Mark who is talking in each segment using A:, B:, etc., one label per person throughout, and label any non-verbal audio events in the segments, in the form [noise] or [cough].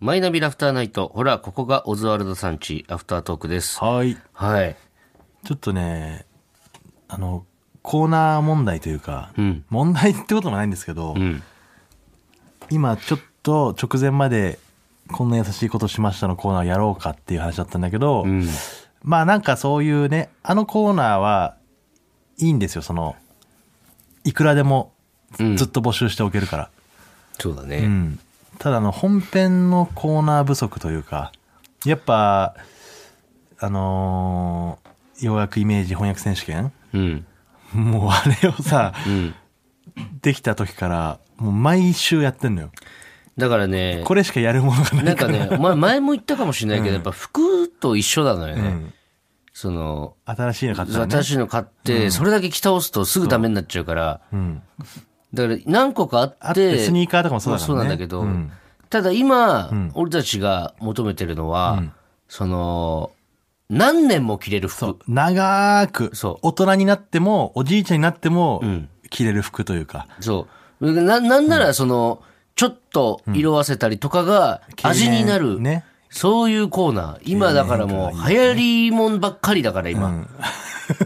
A: マイナビラフターナイト。ほら、ここがオズワルドさんち、アフタートークです。
B: はい。
A: はい。
B: ちょっとね、あの、コーナー問題というか、
A: うん
B: 問題ってこともないんですけど、
A: うん。
B: 今ちょっと直前まで、こんな優しいことしましたのコーナーをやろうかっていう話だったんだけど、
A: うん。
B: まあなんかそういうね、あのコーナーはいいんですよ、その、いくらでも
A: うん
B: ずっと募集しておけるから。
A: そうだ
B: う
A: ね。
B: ん、ただあの本編のコーナー不足というかやっぱあのーようやくイメージ翻訳選手権
A: うん。
B: もうあれをさ
A: うん。
B: できた時からもう毎週やってんのよ
A: だからね、
B: これしかやるものがな
A: ないんか
B: [laughs]
A: ね、お前前も言ったかもしれないけど、やっぱ服と一緒なのよね。
B: うん
A: その、
B: 新しいの買ったらね
A: 新しいの買って、それだけ着倒すとすぐダメになっちゃうから、
B: うん、
A: だから何個かあって、
B: あってスニーカーとかもそうだからね
A: そうなんだけど、
B: うん
A: ただ今、
B: ん
A: 俺たちが求めてるのは、
B: うん
A: その、何年も着れる服。
B: そう長く
A: そう
B: 大人になってもおじいちゃんになっても、
A: うん
B: 着れる服というか
A: そう。な、なんならその、ちょっと色あせたりとかが味になる。
B: ね、
A: そういうコーナー。今だからもう流行りもんばっかりだから今。
B: ん
A: [laughs]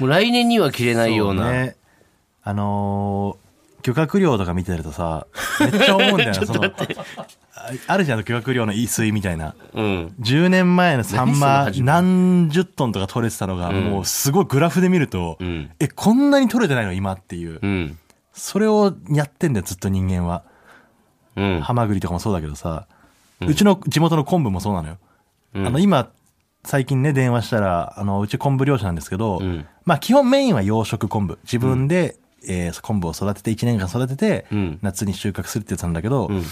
A: もう来年には着れないような。
B: そね、あのー漁獲量とか見てるとさめっちゃ思うんだよ
A: [laughs]
B: なそのああるじゃん漁獲量の一水みたいな
A: うん。
B: 10年前のサンマ
A: 何その初め
B: 何十トンとか取れてたのが、もうすごいグラフで見ると、
A: ん
B: えこんなに取れてないの今っていう、
A: うん。
B: それをやってんだよずっと人間は
A: うん。
B: ハマグリとかもそうだけどさ、うちの地元の昆布もそうなのよ、あの今最近ね電話したらあのうち昆布漁師なんですけど、
A: ん
B: まあ基本メインは養殖昆布自分で、えー昆布を育てて1年間育てて、
A: うん
B: 夏に収穫するってやつなんだけど、
A: ん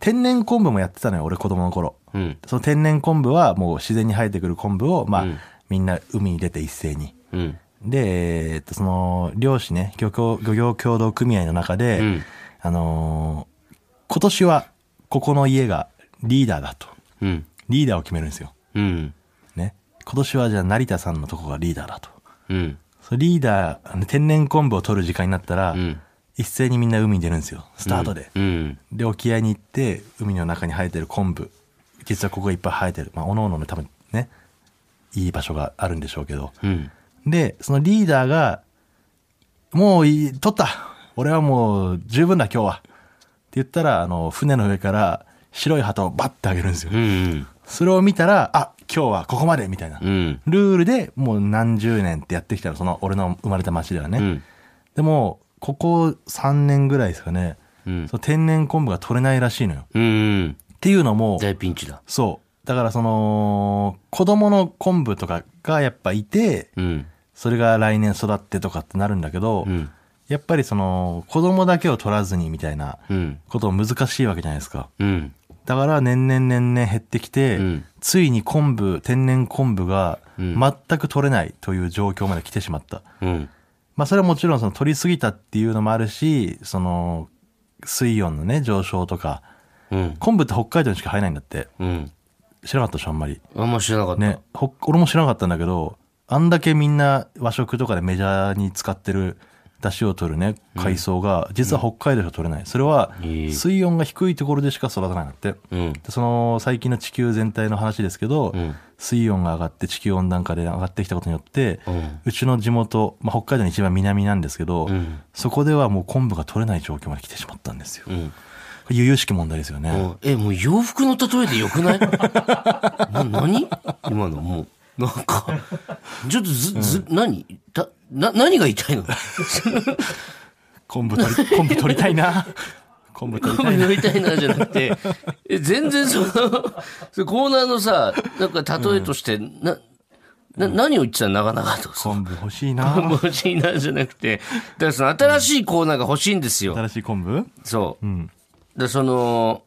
B: 天然昆布もやってたのよ俺子供の頃
A: うん。
B: その天然昆布はもう自然に生えてくる昆布をまあ、
A: うん
B: みんな海に出て一斉に
A: うん。
B: で、えーっと、その、漁師ね、漁協、漁業協同組合の中で、
A: うん
B: あのー今年は、ここの家がリーダーだと。
A: うん。
B: リーダーを決めるんですよ。
A: うん。
B: ね。今年はじゃあ、成田さんのとこがリーダーだと。
A: うん。
B: そのリーダーあの、天然昆布を取る時間になったら、
A: ん
B: 一斉にみんな海に出るんですよ。スタートで。
A: うん。
B: で、沖合に行って、海の中に生えてる昆布。実はここがいっぱい生えてる。まあ、おのおのの多分ね、いい場所があるんでしょうけど。
A: うん。
B: で、そのリーダーが、もういい、取った俺はもう十分だ今日はって言ったら、あの、船の上から白い旗をバッてあげるんですよ
A: う。ん。
B: それを見たら、あ、今日はここまでみたいな
A: う。ん。
B: ルールでもう何十年ってやってきたの、その俺の生まれた町ではね。
A: うん。
B: でも、ここ3年ぐらいですかね、
A: うん
B: その天然昆布が取れないらしいのよ。
A: うん。
B: っていうのも、
A: 大ピンチだ。
B: そう。だからその、子供の昆布とかがやっぱいて、
A: うん。
B: それが来年育ってとかってなるんだけど、
A: うん。
B: やっぱりその子供だけを取らずにみたいな
A: うん。
B: ことも難しいわけじゃないですか
A: うん。
B: だから年々年々減ってきて、
A: うん
B: ついに昆布天然昆布が
A: うん
B: 全く取れないという状況まで来てしまった、
A: うん。
B: まあそれはもちろんその取りすぎたっていうのもあるしその水温のね上昇とか
A: うん。
B: 昆布って北海道にしか生えないんだって
A: うん。
B: 知らなかったでしょあんまり
A: あんま知らなかった。
B: ね、ほ俺も知らなかったんだけどあんだけみんな和食とかでメジャーに使ってる出汁を取るね海藻が、実は北海道では取れないそれは
A: へえ
B: 水温が低いところでしか育たないんだって
A: うん。
B: でその最近の地球全体の話ですけど、
A: うん
B: 水温が上がって地球温暖化で上がってきたことによって、
A: う
B: うんちの地元、まあ、北海道の一番南なんですけど、
A: うん
B: そこではもう昆布が取れない状況まで来てしまったんですよ、
A: う
B: こ
A: ん。
B: れ悠々しき問題ですよね、
A: うんえ、もう洋服の例えでよくない [laughs] な、何今のもう。なんか、ちょっとず、ず、何た、な、何が言いたい
B: [laughs]
A: の
B: 昆布取り昆布取りた
A: [laughs]
B: いな昆布取り
A: コ
B: た
A: メ
B: い
A: ン
B: な
A: トみたいなじゃなくて、え全然その、そのコーナーのさ、なんか例えとして、な、な、何を言ってたの長々と。
B: 昆布欲し
A: [laughs]
B: いな
A: 欲しいなじゃなくて、だからその新しいコーナーが欲しいんですよ。
B: 新しい昆布
A: そう。
B: ん
A: で、その、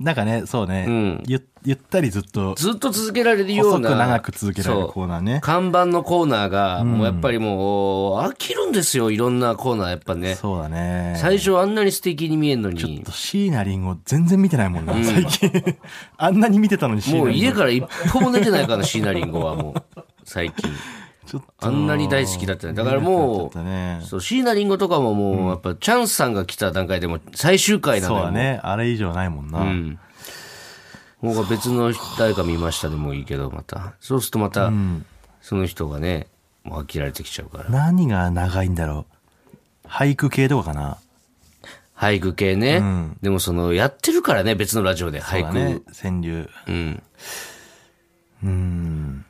B: なんかね、そうね、
A: ん
B: ゆゆったりずっと、
A: ずっと続けられるよう
B: 細く
A: な。
B: 長く続けられるコーナー
A: そ
B: ね
A: う。看板のコーナーが、もうやっぱりもう、飽きるんですよ、いろんなコーナーやっぱね。
B: そうだね。
A: 最初あんなに素敵に見えるの
B: ちょっ
A: に
B: と、椎名林檎全然見てないもんな、最近。 [laughs] あんなに見てたのに椎名
A: もう
B: 林
A: 家
B: 檎。 [laughs]
A: から一歩も出てないから、シーナリンゴはもう、最近。
B: ちょっ
A: あんなに大好きだったね。だから
B: ちょ
A: も
B: っと
A: う、
B: ね
A: そう、椎名林檎とかももう、やっぱ、チャンスさんが来た段階でも最終回な
B: そ
A: の
B: う
A: よ。
B: だねあれ以上ないもんな、
A: うん。僕は別の誰か見ましたでもいいけど、また。そうするとまた、その人がね、もう飽きられてきちゃうから。
B: 何が長いんだろう俳句系とかかな
A: 俳句系ね。でもその、やってるからね、別のラジオで
B: そう
A: 俳
B: だ
A: 句。
B: ね川柳 [laughs]
A: うん。
B: うん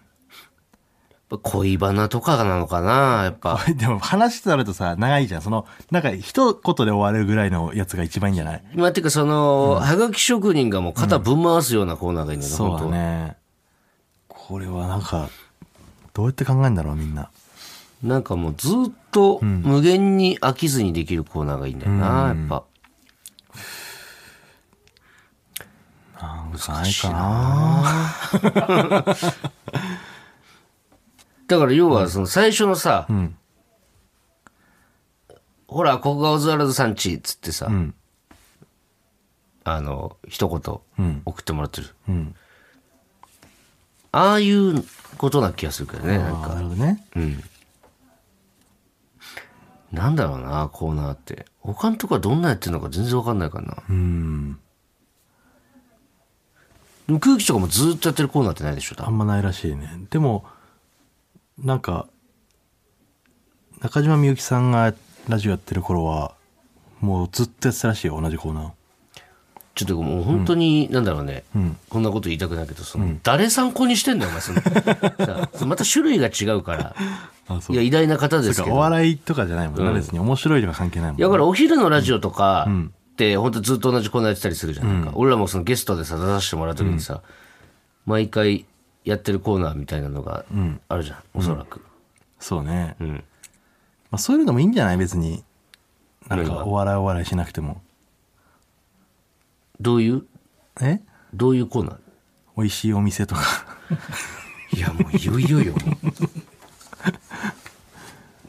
A: 恋バナとかなのかな、やっぱ。
B: でも話してたらとさ長いじゃんそのなんか一言で終われるぐらいのやつが一番いいんじゃない
A: 今っていうかその、はがき職人がもう肩ぶん回すようなコーナーがいいんだよね、
B: そうだ
A: 本当
B: ねこれはなんかどうやって考えるんだろうみんな
A: なんかもうずっと無限に飽きずにできるコーナーがいいんだよな、やっぱ。
B: なんかないかな
A: だから要はその最初のさ、ほら、ここがオズワルドさんち、つってさ、
B: ん
A: あの、一言送ってもらってる。
B: うん
A: ああいうことな気がするけどね、
B: あ
A: なん
B: ー
A: か。
B: なるほどね
A: うん。なんだろうな、コーナーって。他のとこはどんなやってるのか全然わかんないからな。
B: うん
A: でも空気とかもずっとやってるコーナーってないでしょ、多
B: あ
A: 分
B: んまないらしいねでもなんか中島みゆきさんがラジオやってる頃はもうずっとやってたらしいよ同じコーナーを
A: ちょっともう本当に、なんだろうね、
B: ん
A: こんなこと言いたくないけど、その、誰参考にしてんだよ、お前、
B: [laughs]
A: その。さあまた種類が違うから。
B: あそ
A: いや、偉大な方で
B: う
A: す
B: か
A: け
B: お
A: ど。
B: 笑いとかじゃないもんな、別に面白いとか関係ないもん
A: いや、だからお昼のラジオとかって、本当ずっと同じコーナーやってたりするじゃないか。俺らもそのゲストでさ、出させてもらうときにさ、毎回やってるコーナーみたいなのがあるじゃん、おそらく。
B: そうね、
A: うん
B: まあ、そういうのもいいんじゃない別になん
A: 何
B: か
A: が
B: お笑いお笑いしなくても
A: どういう、
B: え
A: どういうコーナ
B: 美味しいお店とか
A: ーいや、もういよいよよ。もう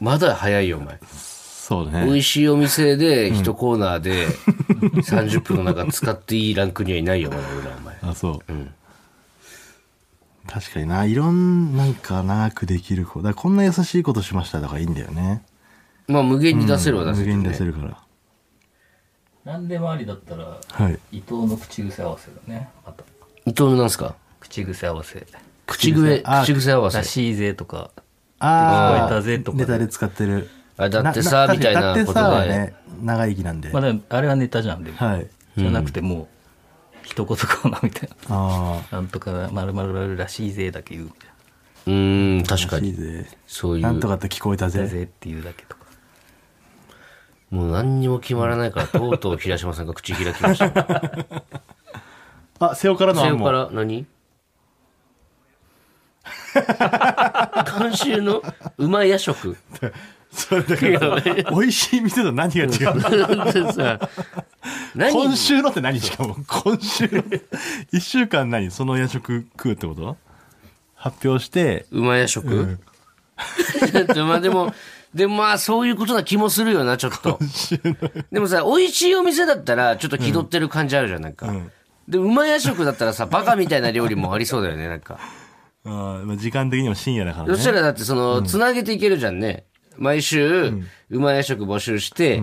A: まだ早いよ、お前。
B: そう
A: 美
B: ね
A: 味しいお店で、一コーナーで、30分の中使っていいランクにはいないよ、まだ俺ら、お前。
B: あそ
A: う
B: う、
A: ん
B: 確かにないろんなんか長くできる子だからこんな優しいことしましたとかいいんだよね
A: まあ、無限に出せるは出せ
B: 無
A: る、ね
B: 限に出せるから
C: 何でもありだったら
B: はい
C: 伊藤の口癖合わせだねまた
A: 伊藤のなんすか
C: 口癖合わせ
A: 口笛、
B: あ
A: 口癖合わせ
C: ら。しいぜとか
B: あ
C: 聞こえたぜとか
B: ネタで使ってる
A: あだってさみたいな
B: だってさ
A: こと
B: は
A: で
B: ね長生きなんで、
C: まあでもあれはネタじゃんでも、
B: はい
C: じゃなくてもう一言コーナーみたいな
B: ああ
C: なんとかまるまるらしいぜだけ言うみたいな
A: うーん、確か
B: いい
A: に。
B: ぜ
A: そういう。
B: なんとかって聞こえた
C: だ
B: ぜ
C: ぜっていうだけとか
A: もう何にも決まらないから、とうとう平島さんが口開きましたね。
B: あ瀬尾からの
A: そ
B: 案
A: れ
B: も
A: から何 [laughs] 今週のうまい夜食。
B: [laughs] それ
A: [laughs]
B: だから美味しい店と何が違うの
A: なんでさ何
B: 今週のって何しかも今週
A: [laughs]
B: の1週間何その夜食食うってこと発表して
A: うまい夜食、 [laughs] まあでも、でもまあそういうことな気もするよな、ちょっと。でもさ、美味しいお店だったら、ちょっと気取ってる感じあるじゃん、なんか。で、うまい夜食だったらさ、バカみたいな料理もありそうだよね、なんか。
B: あーまあ時間的にも深夜だからね
A: そしたらだってその、つなげていけるじゃんね。毎週、うまい夜食募集して、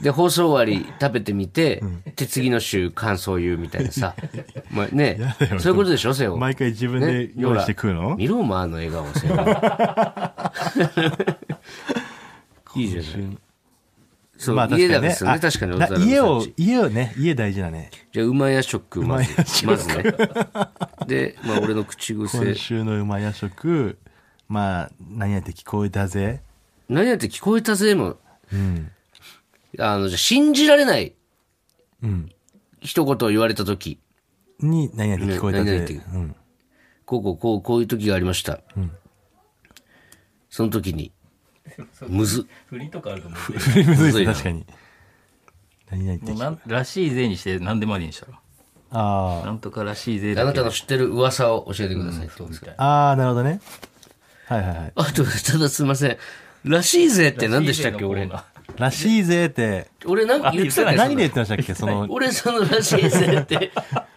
A: で、放送終わり食べてみて、で、次の週感想言うみたいな
B: [laughs]
A: さ。まあね
B: やだ、よ
A: そういうことでしょ、セオ。
B: 毎回自分で
A: ね
B: 用意して食うの、
A: 見ろ、お前あの笑顔、
B: [laughs]
A: セオ。いいじゃない。そう、
B: まあ
A: 家
B: 確
A: だから
B: かにね
A: ですよね、確かに
B: あ
A: 小田原
B: な
A: さんち
B: 家を家をね家大事だね
A: じゃあ、うまい夜食、ま
B: うまい夜
A: ず。
B: 食
A: まずね。で、まあ、俺の口癖
B: 今。週のうまい夜食まあ何やって聞こえたぜ
A: 何やって聞こえたぜも、あの、じゃあ信じられない、一言を言われたとき、
B: に何やって聞こえた
A: 何
B: ぜ、
A: 々っていう
B: うん、
A: こうこうこう、こういう時がありました。その時に、むず。
C: 振りとかあると思う
B: 振り [laughs] むずい
A: むず
B: て
A: いな
B: 確かに何々って
C: もう
B: 聞こ
C: なんらしいぜにして何でもありにしたら
B: あ
C: なんとからしいぜ
A: あ
C: だ
A: な
C: け
A: たの知ってる噂を教えてください。
C: そうみたい
B: あああなるほどねはいはいはい
A: あと、ただすいません。らしいぜって
C: な
A: 何でしたっけ、俺。
B: らしいぜって
A: 俺なんか言ってたっけ
B: 何で言っ
A: そ
B: てましたっけその
A: の俺そのらしいぜ
B: [laughs]
A: って、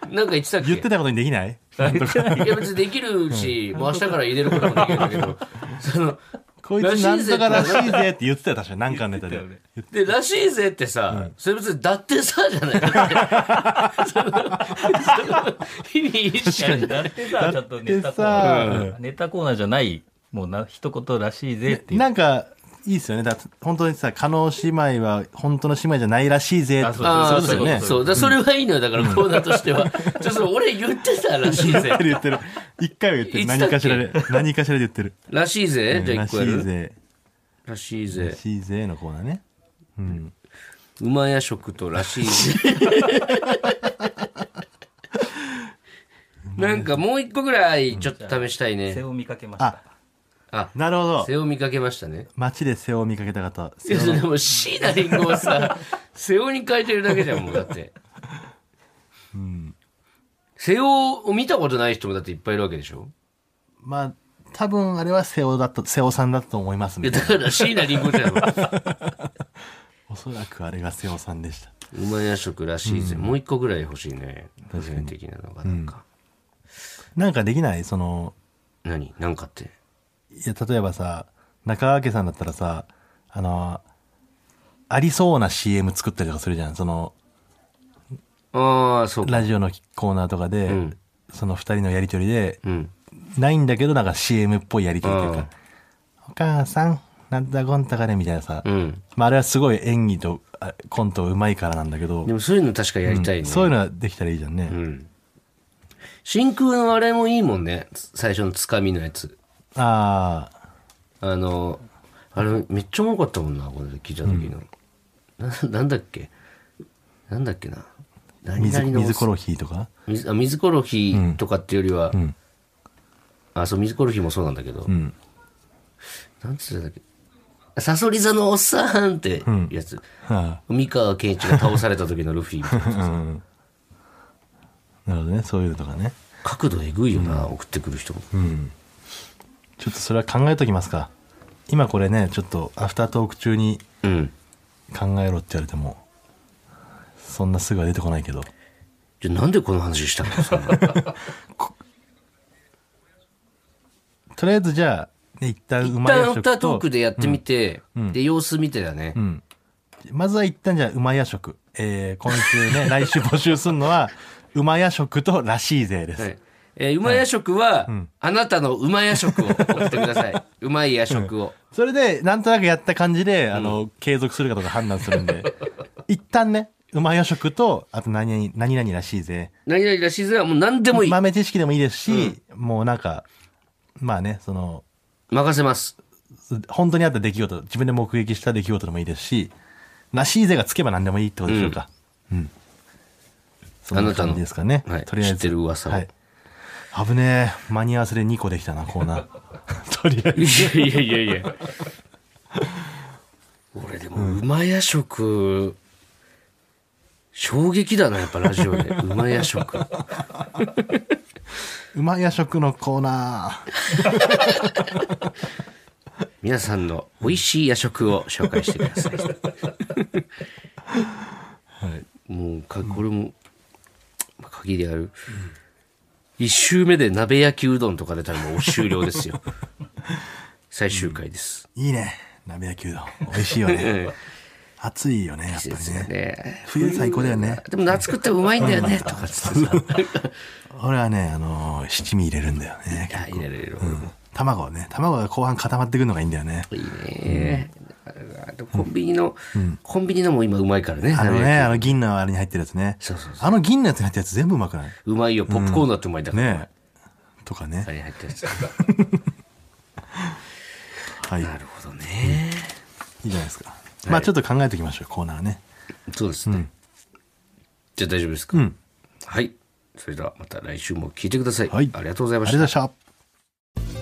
A: なんか言ってたっけ
B: 言ってたことにできない
C: 言ってない
A: い
B: [laughs]
A: や別にできるし、もう明日から入れることもできるんだけど、その
B: こいつなんとからしいぜって言ってたよ確かに何かのネタで
C: 言っ
A: で、
C: て
A: らしいぜってさ、それ別に、だってさ、じゃない。
B: [laughs]
A: そのその意味一緒に。
C: だってさ、ちょっとネ
B: だっ
C: タコー
B: て
C: ナ
B: さ
C: ー。ネタコーナーじゃない、もうな、一言らしいぜっていう。
B: なんかいいですよねだって本当にさ加納姉妹は本当の姉妹じゃないらしいぜ
C: あそう
A: ああ、
B: そうですよね
A: そう。だからそれはいいのよ。だからコーナーとしては。ちょっと俺言ってたらしいぜ
B: 言って。る言ってる一回は言ってる
A: いつだっ
B: 何
A: け
B: かしらで何かしらで言ってる
A: らしいぜ。じゃあ
B: ら
A: 一
B: し
A: 個や
B: い
A: る。
B: ぜ
A: らしい
B: ら
A: ぜ。
B: しいぜのコーナーね
A: 馬屋食とらしいぜ。なんかもう一個ぐらいちょっと試したい
C: 背
A: ね。
C: を見かけまし
B: あ
C: た。
A: あ、
B: なるほど
A: 背を見かけましたね。
B: 街で背を見かけた方
A: いや、それ [laughs] でも椎名林檎をさ、 [laughs] 背負に変えてるだけじゃん、もうだって。背負を見たことない人もだっていっぱいいるわけでしょ
B: まあ多分あれは瀬尾だった瀬尾さんだったと思います
A: いや、
B: みたい
A: だから椎名林檎じゃ [laughs] ん。
B: なおそらくあれが瀬尾さんでした
A: 馬夜食らしいぜ。もう一個ぐらい欲しいね。確か的なのが、なんか。
B: なんかできないその
A: 何なんかって。
B: いや例えばさ中川家さんだったらさあのありそうな CM 作ったりとかするじゃんその
A: ああ、そうか。
B: ラジオのコーナーとかで、
A: ん
B: その二人のやりとりで、
A: うん。
B: ないんだけどなんか CM っぽいやりとりとい
A: う
B: う
A: ん
B: か、お母さん、なんだこんたかでみたいなさ、
A: うん。
B: まああれはすごい演技とあコントうまいからなんだけど
A: で、もそういうの確かやりたいね。
B: そういうのはできたらいいじゃんね。
A: うん。真空のあれもいいもんね。最初のつかみのやつ。
B: ああ、
A: あの、あれめっちゃおもろかったもんな、これ聞いた時の。ななんだっけなんだっけな。何
B: 水、
A: 々の
B: 水コロヒーとか
A: 水あ水コロヒーとかっていうよりは、あ、そう、水コロヒーもそうなんだけど、
B: ん
A: なんつうんだっけサソリ座のおっさんってやつ。
B: あ
A: 三河健一が倒された時のルフィみたい [laughs] な。
B: あ、なるほどね。そういうのとかね。
A: 角度えぐいよな、送ってくる人も。
B: ちょっとそれは考えときますか。今これね、ちょっとアフタートーク中に
A: うん。
B: 考えろって言われても、そんなすぐは出てこないけど。
A: じゃあなんでこの話 [laughs] したのそんな
B: とりあえずじゃあ、ね、一旦う
A: 一
B: まい
A: 旦
B: 夜
A: アフター
B: 食
A: ト
B: と
A: ークでやってみて、で、様子見てだね。
B: うん、まずは一旦じゃあうまい夜食、えー、今
A: [laughs]
B: 週ね来週募集するのはうまい夜食とらしいぜです、
A: はい。えー、うま夜食は、あなたのうま夜食を [laughs] 送ってください。うまい夜食 [laughs] を。
B: それでなんとなくやった感じで、あの継続するかとか判断するん
A: [laughs]
B: で一旦ねうまい夜食とあと何々何々らしいぜ
A: 何々らしいぜはもう何でもいい。
B: 豆知識でもいいですし、もうなんかまあねその
A: 任せます。
B: 本当にあった出来事自分で目撃した出来事でもいいですしらしいぜがつけば何でもいいってことでしょうか、うんそんな感じですかね、
A: はい
B: とりあえず
A: 知ってる噂を
B: はい危ねえ間に合わせで2個できたなコーナー
A: [laughs]
B: とりあえ
A: [laughs] い
B: ず
A: やいやいやいや。俺でも、うま夜食、衝撃だな、やっぱラジオで。うま夜食。
B: うまい夜食のコーナー
A: 皆さんの美味しい夜食を紹介してください。もうか、これも、まあ限りある。一周目で鍋焼きうどんとか出たらもう終了です [laughs] よ。最終回です。
B: いいね鍋焼きうどん美味しいよ
A: [laughs] う
B: ね
A: ん
B: 暑いよねやっぱり
A: ですよ
B: ね
A: ね。
B: 冬最高だよね
A: でも夏食ってもうまいんだよね、とかつってさ。
B: 俺はねあのー七味入れるんだよね
A: あ入れられる。
B: 卵をね卵が後半固まってくるのがいいんだよね
A: いいね。あとコンビニの、コンビニのも今うまいからね。
B: あの
A: 鍋
B: ね、
A: 焼
B: あの銀のあれに入ってるやつね。
A: そうそう
B: あの銀のやつに入ってるやつ全部うまくない
A: きうまいよ。ポップコーンだってうまいだから。
B: ねえ。とかね
A: あ。れ入ってるやつ。
B: はい。いい
A: なるほどね。
B: じゃないですか。まあちょっと考えておきましょう、コーナーね。
A: そうですね。じゃあ大丈夫ですか
B: うん。
A: はい。それではまた来週も聞いてください。
B: はい
A: ありがとうござい
B: あ
A: ま
B: りが
A: し
B: とうござい
A: た
B: ま。した。